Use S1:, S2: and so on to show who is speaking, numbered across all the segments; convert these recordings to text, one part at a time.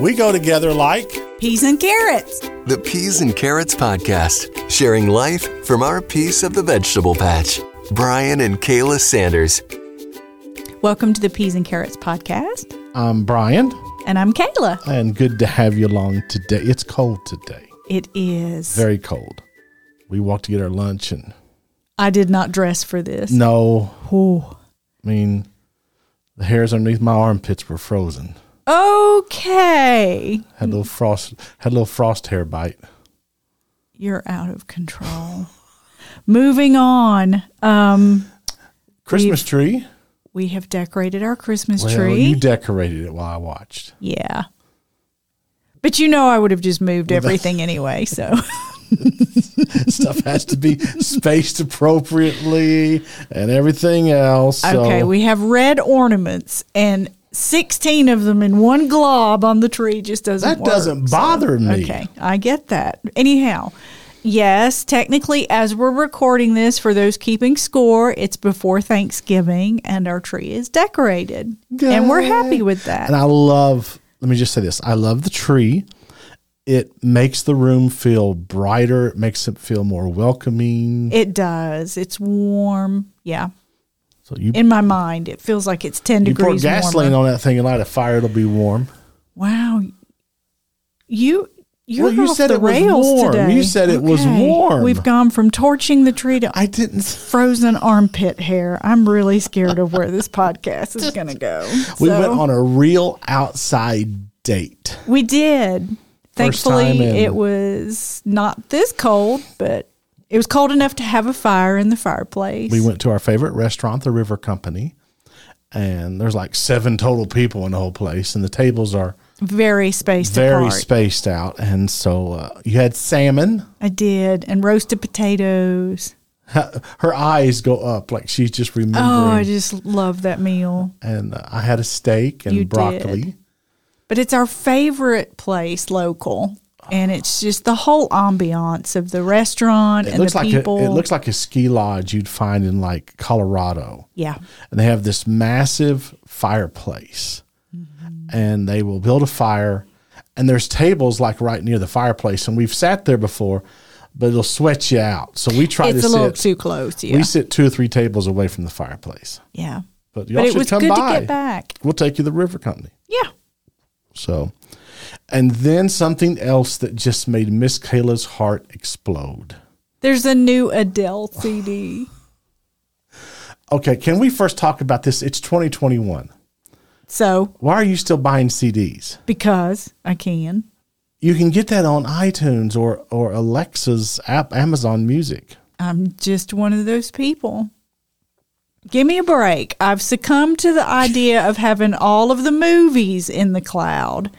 S1: We go together like
S2: peas and carrots.
S3: The Peas and Carrots Podcast, sharing life from our piece of the vegetable patch. Brian and Kayla Sanders.
S2: Welcome to the Peas and Carrots Podcast.
S1: I'm Brian,
S2: And I'm Kayla.
S1: and good to have you along today. It's cold today,
S2: It is.
S1: very cold. We walked to get our lunch, and
S2: I did not dress for this.
S1: no,
S2: Oh.
S1: I mean, the hairs underneath my armpits were frozen.
S2: Okay.
S1: Had a little frost, had a little frost hair bite.
S2: You're out of control. Moving on. Um,
S1: Christmas tree.
S2: we have decorated our Christmas
S1: Well,
S2: tree.
S1: you decorated it while I watched.
S2: yeah. But you know I would have just moved everything anyway, so
S1: Stuff has to be spaced appropriately and everything else. So
S2: Okay, we have red ornaments and 16 of them in one glob on the tree just doesn't
S1: that
S2: work,
S1: doesn't
S2: so-
S1: bother me.
S2: Okay, I get that. Anyhow, yes, technically, as we're recording this, for those keeping score, it's before Thanksgiving and our tree is decorated. And we're happy with that.
S1: And I love, let me just say this I love the tree. It makes the room feel brighter, it makes it feel more welcoming.
S2: it does. It's warm. Yeah.
S1: So you,
S2: In my mind, it feels like it's 10
S1: you pour
S2: degrees
S1: gasoline
S2: warmer.
S1: on that thing and light a fire, it'll be warm.
S2: wow. You you're
S1: Well, you
S2: off
S1: said
S2: the
S1: it was
S2: rails
S1: warm.
S2: today.
S1: You said it was warm.
S2: We've gone from torching the tree to
S1: I didn't.
S2: frozen armpit hair. I'm really scared of where this podcast is going to go.
S1: We
S2: So-
S1: went on a real outside date.
S2: We did.
S1: time
S2: Thankfully,
S1: in-
S2: it was not this cold, but it was cold enough to have a fire in the fireplace.
S1: We went to our favorite restaurant, the River Company, and there's like seven total people in the whole place, and the tables are
S2: very spaced
S1: very
S2: apart.
S1: spaced out. And so uh, you had salmon.
S2: I did, and roasted potatoes.
S1: Her eyes go up like she's just remembering.
S2: Oh, I just love that meal.
S1: and uh, I had a steak and
S2: You did.
S1: broccoli.
S2: But it's our favorite place, local. And it's just the whole ambiance of the restaurant
S1: It
S2: and
S1: looks
S2: the
S1: like a,
S2: people.
S1: it looks like a ski lodge you'd find in like Colorado.
S2: yeah,
S1: and they have this massive fireplace
S2: Mm-hmm.
S1: and they will build a fire and there's tables like right near the fireplace and we've sat there before but it'll sweat you out so we try
S2: it's
S1: to
S2: a little
S1: sit
S2: too close. Yeah,
S1: we sit two or three tables away from the fireplace
S2: yeah.
S1: but y'all
S2: But it
S1: should
S2: was
S1: come
S2: good
S1: by
S2: to get back.
S1: we'll take you to the river company
S2: Yeah.
S1: so and then something else that just made miss kayla's heart explode
S2: There's a new Adele CD.
S1: okay can we first talk about this it's 2021
S2: So,
S1: why are you still buying cds
S2: because I can.
S1: You can get that on iTunes or or Alexa's app, Amazon Music.
S2: I'm just one of those people. Give me a break. I've succumbed to the idea of having all of the movies in the cloud.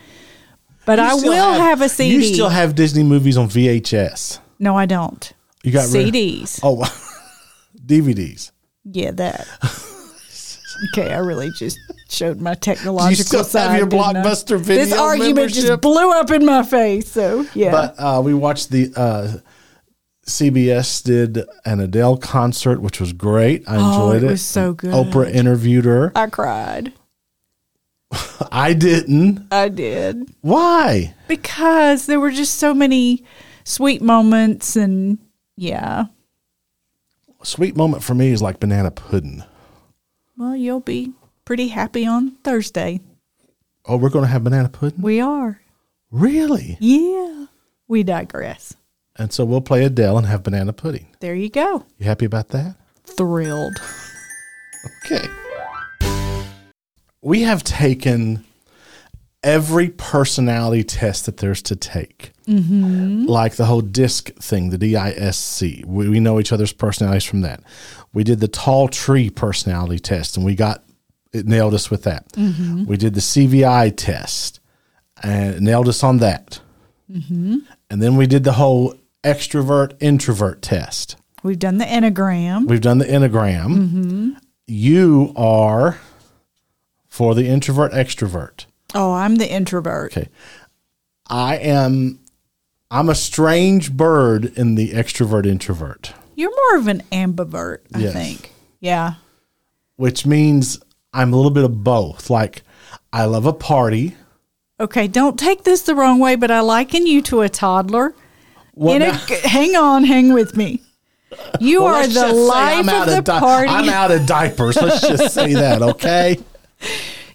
S2: But I
S1: You still
S2: will have, a CD.
S1: You still have Disney movies on VHS.
S2: no, I don't.
S1: You got rid-
S2: CDs.
S1: oh, DVDs.
S2: Yeah, that. okay, I really just showed my
S1: Do
S2: technological
S1: you still
S2: side.
S1: have your
S2: didn't I?
S1: Blockbuster video
S2: This argument
S1: membership?
S2: just blew up in my face. So, yeah.
S1: But uh, we watched the uh, CBS did an Adele concert, which was great. I
S2: Oh,
S1: enjoyed
S2: it
S1: it.
S2: was so good.
S1: Oprah interviewed her.
S2: I cried.
S1: I didn't.
S2: I did.
S1: Why?
S2: because there were just so many sweet moments and yeah
S1: Sweet moment for me is like banana pudding.
S2: well you'll be pretty happy on thursday
S1: Oh, we're going to have banana pudding.
S2: we are
S1: Really?
S2: yeah we digress
S1: And so we'll play Adele and have banana pudding.
S2: there you go
S1: You happy about that?
S2: thrilled
S1: Okay. We have taken every personality test that there's to take, mm-hmm. like the whole DISC thing, the DISC. We, we know each other's personalities from that. We did the tall tree personality test, and we got it nailed us with that. We did the CVI test, and it nailed us on that. And then we did the whole extrovert introvert test.
S2: we've done the enneagram
S1: We've done the Enneagram. You are for the introvert extrovert.
S2: oh i'm the introvert
S1: Okay. I am I'm a strange bird in the extrovert introvert,
S2: you're more of an ambivert i
S1: Yes.
S2: think yeah
S1: which means I'm a little bit of both. Like I love a party,
S2: Okay, don't take this the wrong way, but I liken you to a toddler.
S1: Well,
S2: in a,
S1: now-
S2: hang on, hang with me. You
S1: Well,
S2: are
S1: let's
S2: the
S1: just say
S2: life
S1: out
S2: of the
S1: di-
S2: party.
S1: I'm out of diapers. Let's just say that, okay?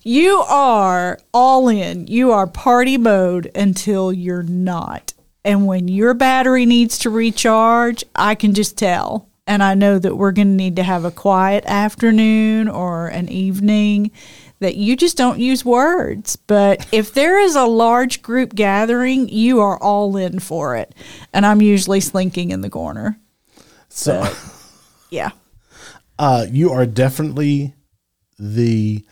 S2: You are all in. You are party mode until you're not. And when your battery needs to recharge, I can just tell. And I know that we're going to need to have a quiet afternoon or an evening that you just don't use words. But if there is a large group gathering, you are all in for it. And I'm usually slinking in the corner.
S1: So
S2: Yeah.
S1: uh, you are definitely the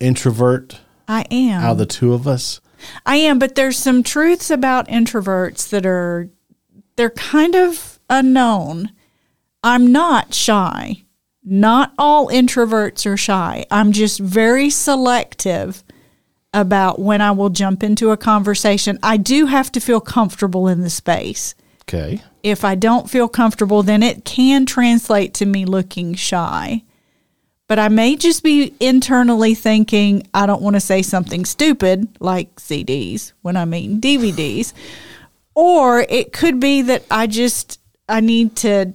S1: introvert
S2: I am.
S1: out of the two of us.
S2: I am, but there's some truths about introverts that are they're kind of unknown. I'm not shy. Not all introverts are shy. I'm just very selective about when I will jump into a conversation. I do have to feel comfortable in the space.
S1: Okay.
S2: If I don't feel comfortable, then it can translate to me looking shy. But I may just be internally thinking, I don't want to say something stupid like CDs when I mean DVDs. Or it could be that I just, I need to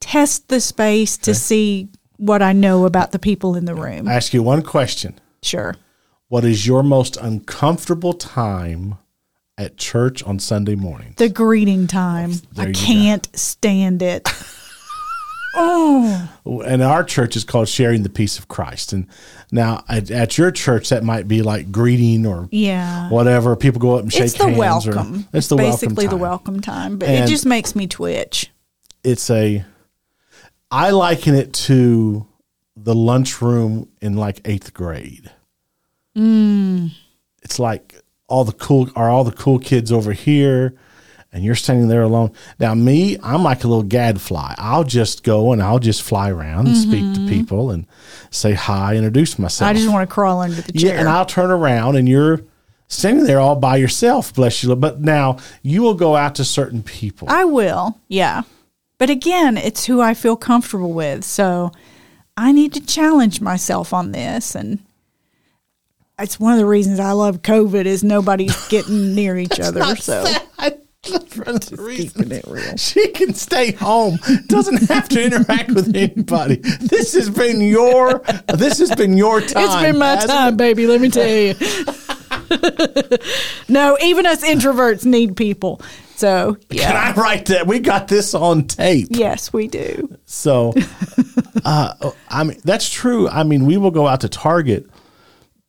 S2: test the space to see what I know about the people in the room.
S1: I ask you one question.
S2: Sure.
S1: What is your most uncomfortable time at church on Sunday morning?
S2: The greeting time.
S1: you
S2: I
S1: go.
S2: can't stand it. oh,
S1: And our church is called Sharing the Peace of Christ. And now at, at your church, that might be like greeting or
S2: yeah.
S1: whatever. People go up and shake
S2: it's the
S1: hands.
S2: welcome.
S1: Or, it's the
S2: basically
S1: welcome time.
S2: the welcome time, but
S1: And-
S2: it just makes me twitch.
S1: it's a I liken it to the lunchroom in like eighth grade.
S2: Mm.
S1: It's like all the cool are all the cool kids over here and you're standing there alone. Now me, I'm like a little gadfly. I'll just go and I'll just fly around and speak to people and say hi, introduce myself.
S2: Mm-hmm. I just want to crawl under the chair.
S1: Yeah, and I'll turn around and you're standing there all by yourself, bless you. But now you will go out to certain people.
S2: I will, yeah. But again, it's who I feel comfortable with, so I need to challenge myself on this, and it's one of the reasons I love COVID is nobody's getting near each other. So
S1: I She can stay home. Doesn't have to interact with anybody. This has been your. This has been your time.
S2: it's been my
S1: hasn't
S2: time,
S1: it?
S2: baby. Let me tell you. no, even us introverts need people. So yeah,
S1: Can I write that? We got this on tape.
S2: yes, we do.
S1: So, uh, I mean, that's true. I mean, we will go out to Target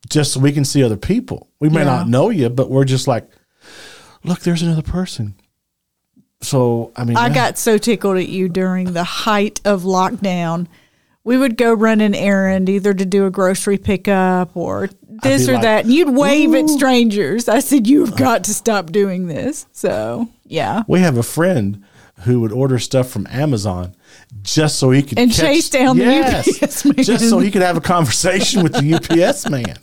S1: just so we can see other people. We may
S2: Yeah.
S1: not know you, but we're just like, look, there's another person. So, I mean,
S2: I
S1: yeah.
S2: got so tickled at you during the height of lockdown. We would go run an errand, either to do a grocery pickup or this
S1: be
S2: or
S1: like,
S2: that, and you'd wave at strangers. I said, "You've got to stop doing this." So yeah,
S1: We have a friend who would order stuff from Amazon just so he could
S2: And chase down the UPS man.
S1: just so he could have a conversation with the UPS man.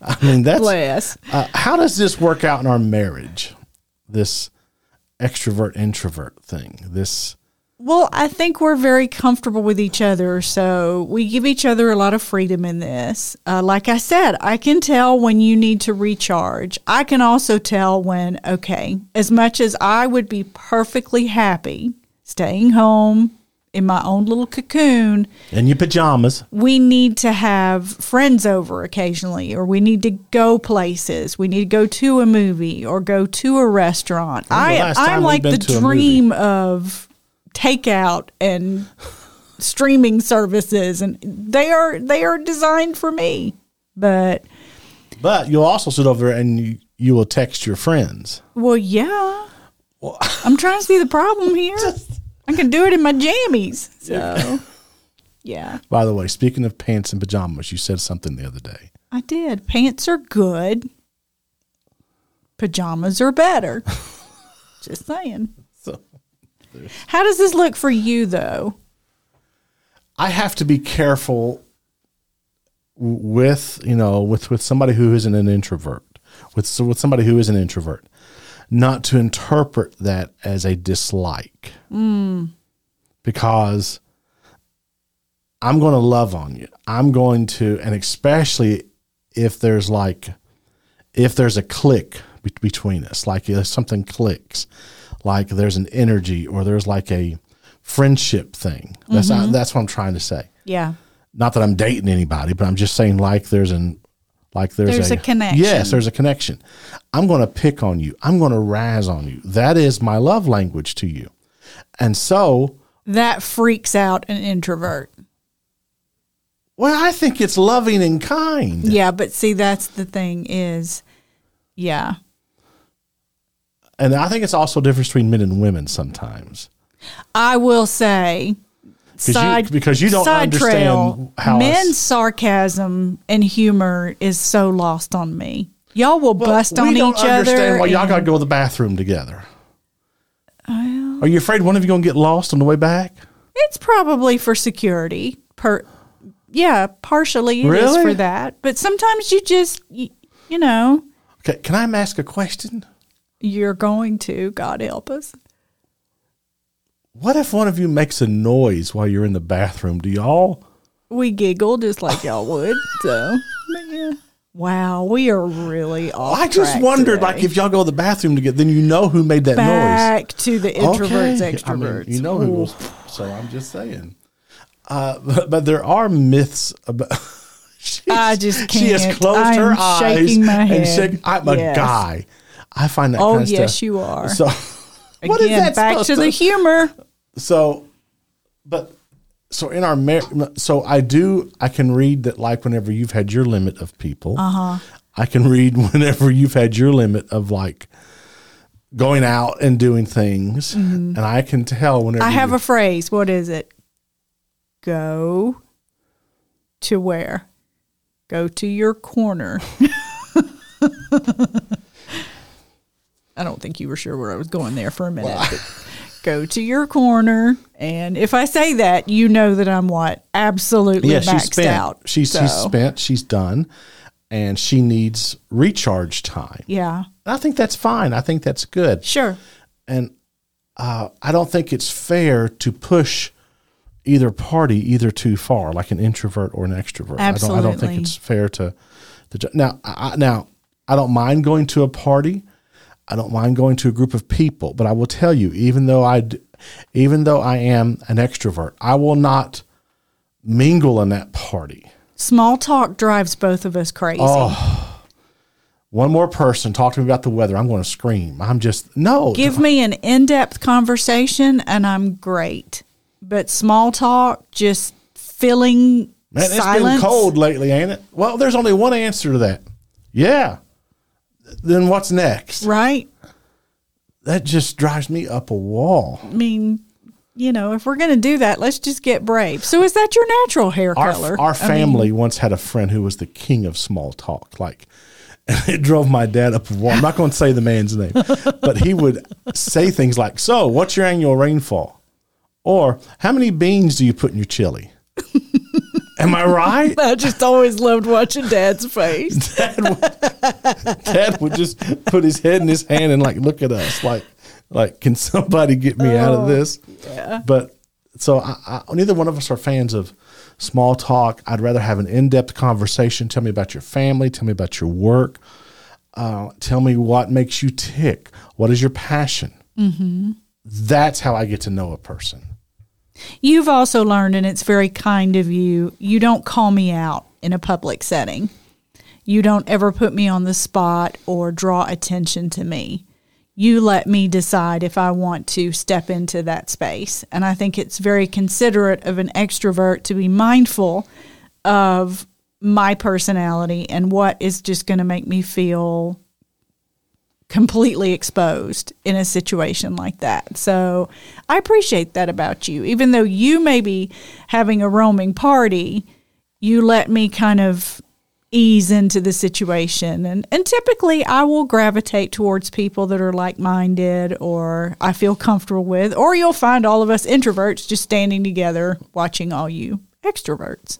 S1: I mean, that's
S2: bless.
S1: uh, how does this work out in our marriage? This extrovert introvert thing. This
S2: Well, I think we're very comfortable with each other, so we give each other a lot of freedom in this. Uh, like I said, I can tell when you need to recharge. I can also tell when, okay, as much as I would be perfectly happy staying home in my own little cocoon,
S1: in your pajamas.
S2: we need to have friends over occasionally, or we need to go places. We need to go to a movie or go to a restaurant.
S1: When's the
S2: I,
S1: last time
S2: I'm
S1: we've
S2: like
S1: been
S2: the
S1: to a movie?
S2: dream of takeout and streaming services, and they are they are designed for me. But
S1: But you'll also sit over there and you, you will text your friends.
S2: well, yeah, I'm trying to see the problem here. I can do it in my jammies, so yeah.
S1: By the way, speaking of pants and pajamas, you said something the other day.
S2: I did. Pants are good. Pajamas are better. Just saying.
S1: So-
S2: How does this look for you, though?
S1: I have to be careful w- with you know with with somebody who isn't an introvert with so with somebody who is an introvert not to interpret that as a dislike because I'm going to love on you I'm going to and especially if there's like if there's a click be- between us, like if something clicks, like there's an energy or there's like a friendship thing. That's
S2: Mm-hmm.
S1: I- that's what I'm trying to say.
S2: Yeah.
S1: Not that I'm dating anybody, but I'm just saying like there's an like there's,
S2: There's a connection.
S1: Yes, there's a connection. I'm going to pick on you. I'm going to razz on you. That is my love language to you. And so,
S2: That freaks out an introvert.
S1: well, I think it's loving and kind.
S2: Yeah, but see that's the thing is yeah.
S1: And I think it's also a difference between men and women sometimes.
S2: I will say
S1: you-
S2: side
S1: because you don't
S2: side trail,
S1: understand how
S2: men's
S1: us-
S2: sarcasm and humor is so lost on me. Y'all will bust on
S1: we don't
S2: each
S1: understand
S2: other.
S1: why y'all
S2: and-
S1: got to go to the bathroom together. Are you afraid one of you going to get lost on the way back?
S2: It's probably for security. Per, yeah, partially it is
S1: Really?
S2: for that. But sometimes you just, you, you know,
S1: Okay, can I ask a question?
S2: you're going to. God help us.
S1: What if one of you makes a noise while you're in the bathroom? Do y'all?
S2: We giggle just like y'all would. So, but yeah. Wow, we are really off.
S1: I just
S2: track
S1: wondered,
S2: today.
S1: like, if y'all go to the bathroom together, then you know who made that noise.
S2: back to the introverts,
S1: Okay. I mean,
S2: extroverts.
S1: you know who
S2: Ooh.
S1: was, so I'm just saying. Uh, but, but there are myths about. She's-
S2: I just
S1: She has
S2: can't.
S1: closed
S2: I
S1: her
S2: am
S1: eyes
S2: shaking my
S1: and
S2: head.
S1: shake. I'm a
S2: Yes.
S1: guy. I find that.
S2: Oh,
S1: kind of
S2: yes,
S1: stuff.
S2: you are.
S1: So, what is
S2: Again,
S1: that
S2: back
S1: supposed
S2: to the humor.
S1: so but so in our mar- so i do i can read that like whenever you've had your limit of people uh-huh. i can read whenever you've had your limit of like going out and doing things and i can tell whenever
S2: Mm-hmm. I have
S1: you-
S2: a phrase. What is it? Go to where? Go to your corner. I don't think you were sure where I was going there for a minute. but go to your corner, and if I say that, you know that I'm what absolutely
S1: yeah she's
S2: maxed
S1: spent
S2: out.
S1: she's,
S2: so,
S1: she's spent she's done and she needs recharge time
S2: yeah,
S1: and i think that's fine i think that's good
S2: sure.
S1: and uh, I don't think it's fair to push either party either too far, like an introvert or an extrovert. I don't, I don't
S2: Absolutely.
S1: think it's fair to. to ju- now, I, I- now I don't mind going to a party. I don't mind going to a group of people, but I will tell you, even though I, d- even though I am an extrovert, I will not mingle in that party.
S2: Small talk drives both of us crazy.
S1: One more person talk to me about the weather. I'm going to scream. I'm just no.
S2: Give me an in depth conversation and I'm great. But small talk, just filling
S1: Man, it's
S2: silence.
S1: been cold lately, ain't it? Well, there's only one answer to that. Yeah. Then what's next?
S2: Right?
S1: That just drives me up a wall.
S2: I mean, you know, if we're going to do that, let's just get brave. So, is that your natural hair
S1: Our,
S2: color?
S1: our
S2: I mean,
S1: family once had a friend who was the king of small talk. Like, it drove my dad up a wall. I'm not going to say the man's name, but he would say things like, So, what's your annual rainfall? Or, How many beans do you put in your chili? Am I right?
S2: I just always loved watching dad's face.
S1: dad would just put his head in his hand and like look at us like like can somebody get me out of this Oh, yeah but so I, I, neither one of us are fans of small talk i'd rather have an in-depth conversation tell me about your family tell me about your work uh, tell me what makes you tick what is your passion mm-hmm. that's how i get to know a person
S2: You've also learned, and it's very kind of you, you don't call me out in a public setting. You don't ever put me on the spot or draw attention to me. You let me decide if I want to step into that space. And I think it's very considerate of an extrovert to be mindful of my personality and what is just going to make me feel completely exposed in a situation like that. So I appreciate that about you. Even though you may be having a roaming party, you let me kind of ease into the situation. And, and typically I will gravitate towards people that are like minded or I feel comfortable with, or you'll find all of us introverts just standing together watching all you extroverts.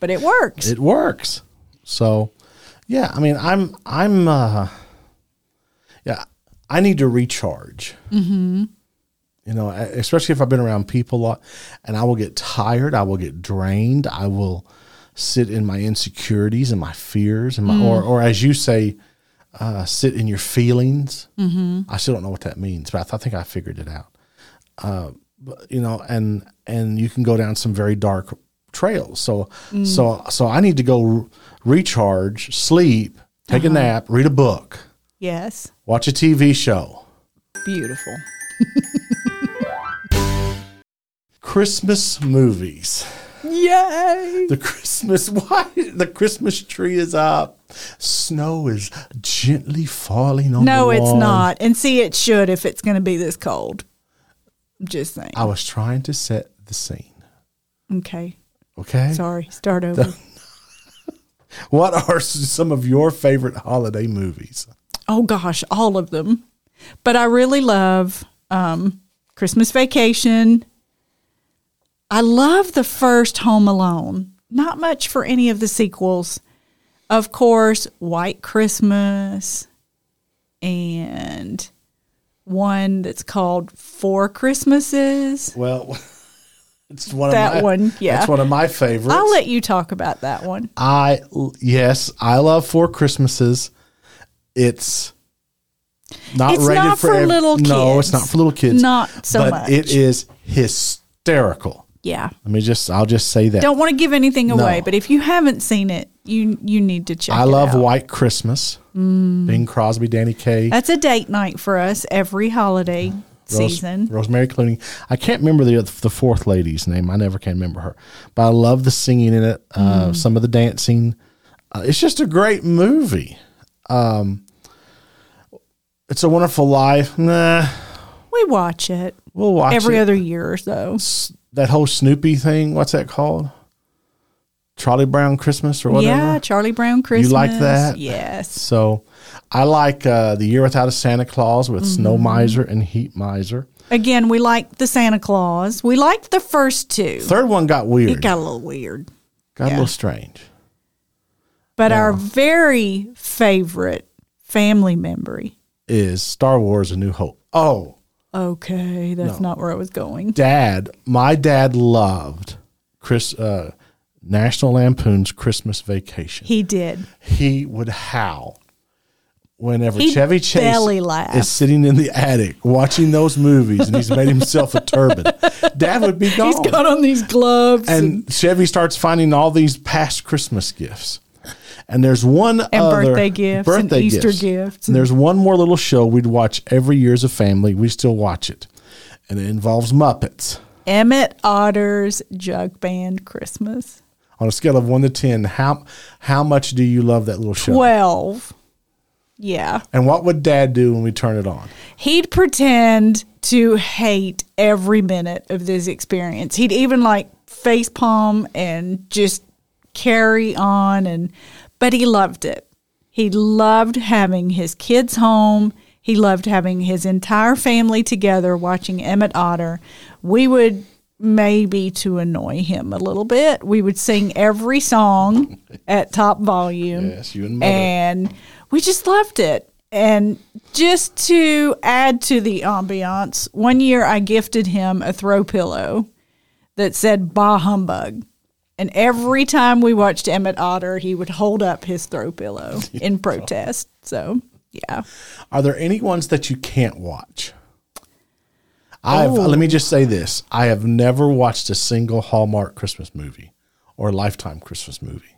S2: But it works.
S1: it works. So, yeah, I mean, I'm, I'm, uh, yeah, I need to recharge. Mm-hmm. You know, e- especially if I've been around people a lot, and I will get tired, I will get drained, I will sit in my insecurities and my fears and my or or as you say uh, sit in your feelings mm-hmm. i still don't know what that means but i, th- I think i figured it out uh, but, you know and and you can go down some very dark trails so so so i need to go re- recharge sleep take
S2: Uh-huh.
S1: a nap read a book
S2: Yes.
S1: watch a tv show
S2: Beautiful.
S1: christmas movies
S2: Yay.
S1: The Christmas why the Christmas tree is up. Snow is gently falling on the
S2: No, it's
S1: lawn.
S2: not. And see, it should if it's going to be this cold. I'm just saying.
S1: I was trying to set the scene.
S2: Okay.
S1: Okay.
S2: Sorry. Start over.
S1: What are s- some of your favorite holiday movies?
S2: Oh, gosh. All of them. But I really love um, Christmas Vacation. I love the first Home Alone. Not much for any of the sequels. Of course, White Christmas and one that's called Four Christmases.
S1: Well, it's one of
S2: That
S1: my,
S2: one, yeah.
S1: It's one of my favorites.
S2: I'll let you talk about that one.
S1: I l- yes, I love Four Christmases. It's not
S2: It's
S1: rated
S2: not for
S1: ev-
S2: little
S1: No, it's
S2: kids.
S1: not for little kids.
S2: Not so
S1: but
S2: much.
S1: It is hysterical.
S2: Yeah.
S1: Let me just I'll just say that.
S2: Don't want to give anything away,
S1: No.
S2: but if you haven't seen it, you you need to check
S1: I
S2: it
S1: love
S2: out. Mm.
S1: White Christmas. Bing Crosby, Danny Kaye,
S2: That's a date night for us every holiday
S1: Rose-
S2: season.
S1: Rosemary Clooney. I can't remember the other- the fourth lady's name. I never can remember her, but I love the singing in it.
S2: Mm.
S1: Uh, Some of the dancing. Uh, it's just a great movie. Um, it's a Wonderful Life. Nah,
S2: We watch it
S1: we'll watch
S2: every
S1: it.
S2: other year or so.
S1: S- that whole Snoopy thing. What's that called? Charlie Brown Christmas or whatever.
S2: Yeah, Charlie Brown Christmas.
S1: You like that?
S2: Yes.
S1: So I like uh, The Year Without a Santa Claus with
S2: Mm-hmm.
S1: Snow Miser and Heat Miser.
S2: Again, we like the Santa Claus. We liked the first two.
S1: Third one got weird.
S2: It got a little weird.
S1: Got a
S2: yeah.
S1: little strange.
S2: But our very favorite family memory.
S1: Is Star Wars A New Hope. Oh,
S2: Okay, that's not where I was going.
S1: dad, my dad loved Chris uh, National Lampoon's Christmas Vacation.
S2: He did.
S1: he would howl whenever
S2: He'd
S1: Chevy Chase
S2: belly laugh.
S1: is sitting in the attic watching those movies and he's made himself a turban. Dad would be gone.
S2: He's got on these gloves and,
S1: and Chevy starts finding all these past Christmas gifts. And there's one
S2: And
S1: other
S2: birthday gifts and Easter gifts.
S1: And there's one more little show we'd watch every year as a family. We still watch it, and it involves Muppets.
S2: Emmett Otter's Jug Band Christmas.
S1: On a scale of one to ten, how how much do you love that little show?
S2: 12. Yeah.
S1: And what would Dad do when we turn it on?
S2: He'd pretend to hate every minute of this experience. He'd even like face palm and just carry on and but he loved it. He loved having his kids home. He loved having his entire family together watching Emmett Otter. We would maybe to annoy him a little bit. We would sing every song at top volume
S1: Yes, you and Mother.
S2: and we just loved it. And just to add to the ambiance, one year I gifted him a throw pillow that said "Bah Humbug," and every time we watched Emmett Otter, he would hold up his throw pillow in protest. So, yeah,
S1: Are there any ones that you can't watch? I've let me just say this: I have never watched a single Hallmark Christmas movie or Lifetime Christmas movie.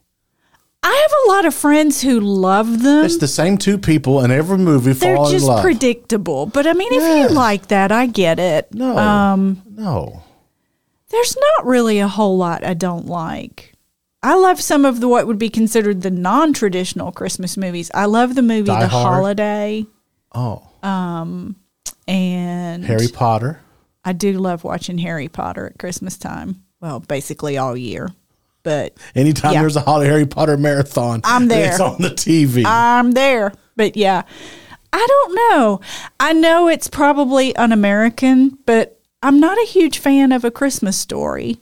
S2: I have a lot of friends who love them.
S1: It's the same two people in every movie
S2: They're
S1: fall in
S2: just
S1: love.
S2: predictable, but I mean,
S1: Yeah.
S2: if you like that, I get it.
S1: no,
S2: Um,
S1: no.
S2: There's not really a whole lot I don't like. I love some of the what would be considered the non-traditional Christmas movies. I love the movie
S1: Die
S2: The
S1: Hard.
S2: Holiday
S1: Oh,
S2: and
S1: Harry Potter.
S2: I do love watching Harry Potter at Christmas time. Well, basically all year. But
S1: Anytime
S2: Yeah.
S1: there's a hol- Harry Potter marathon,
S2: I'm there.
S1: It's on the TV.
S2: I'm there. But yeah. I don't know. I know it's probably un-American, but I'm not a huge fan of a Christmas story.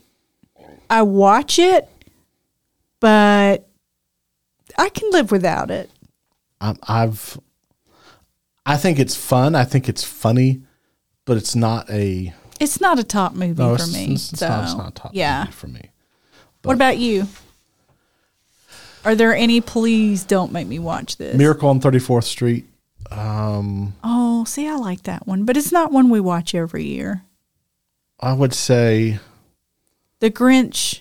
S2: I watch it, but I can live without it.
S1: I'm, I've, I think it's fun. I think it's funny, but it's not a.
S2: It's not a top movie
S1: No,
S2: for
S1: it's,
S2: me.
S1: it's, it's
S2: so,
S1: not, it's not a top
S2: yeah.
S1: movie for me.
S2: What about you? Are there any please don't make me watch this?
S1: Miracle on 34th Street.
S2: oh, see, I like that one, but it's not one we watch every year.
S1: I would say
S2: The Grinch.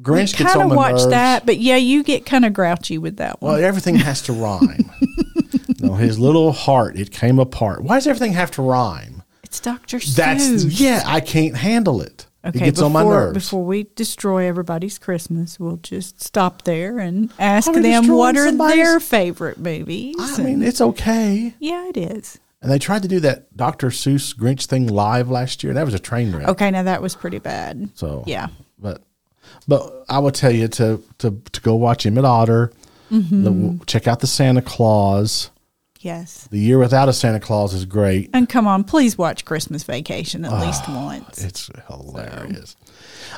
S1: Grinch
S2: we
S1: gets
S2: kind
S1: on
S2: of
S1: my
S2: watch
S1: nerves.
S2: that, but yeah, you get kind of grouchy with that one.
S1: Well, everything has to rhyme. no, his little heart it came apart. Why does everything have to rhyme?
S2: it's Doctor Seuss.
S1: That's yeah. I can't handle it.
S2: Okay,
S1: it gets
S2: before,
S1: on my nerves.
S2: Before we destroy everybody's Christmas, we'll just stop there and ask
S1: Are we
S2: them
S1: destroying
S2: what are their
S1: somebody's-
S2: favorite movies.
S1: I
S2: and-
S1: mean, it's okay.
S2: yeah, it is.
S1: And they tried to do that Dr. Seuss Grinch thing live last year. That was a train wreck.
S2: Okay, now that was pretty bad.
S1: So
S2: Yeah.
S1: but but I would tell you to to to go watch Emmett Otter.
S2: Mm-hmm.
S1: The, check out the Santa Claus.
S2: Yes.
S1: The year without a Santa Claus is great.
S2: And come on, please watch Christmas Vacation at least
S1: Ah,
S2: once.
S1: It's hilarious.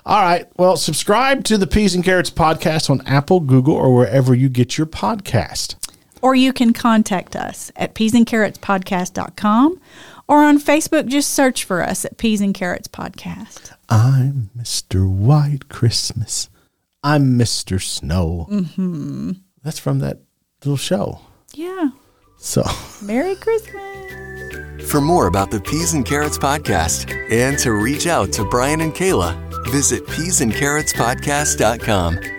S1: All right. Well, subscribe to the Peas and Carrots podcast on Apple, Google, or wherever you get your podcast.
S2: Or you can contact us at peasandcarrotspodcast.com or on Facebook, just search for us at Peas and Carrots Podcast.
S1: I'm Mr. White Christmas. I'm Mr. Snow. Mm-hmm. That's from that little show.
S2: Yeah.
S1: So
S2: Merry Christmas.
S3: For more about the Peas and Carrots podcast and to reach out to Brian and Kayla, visit peasandcarrotspodcast.com.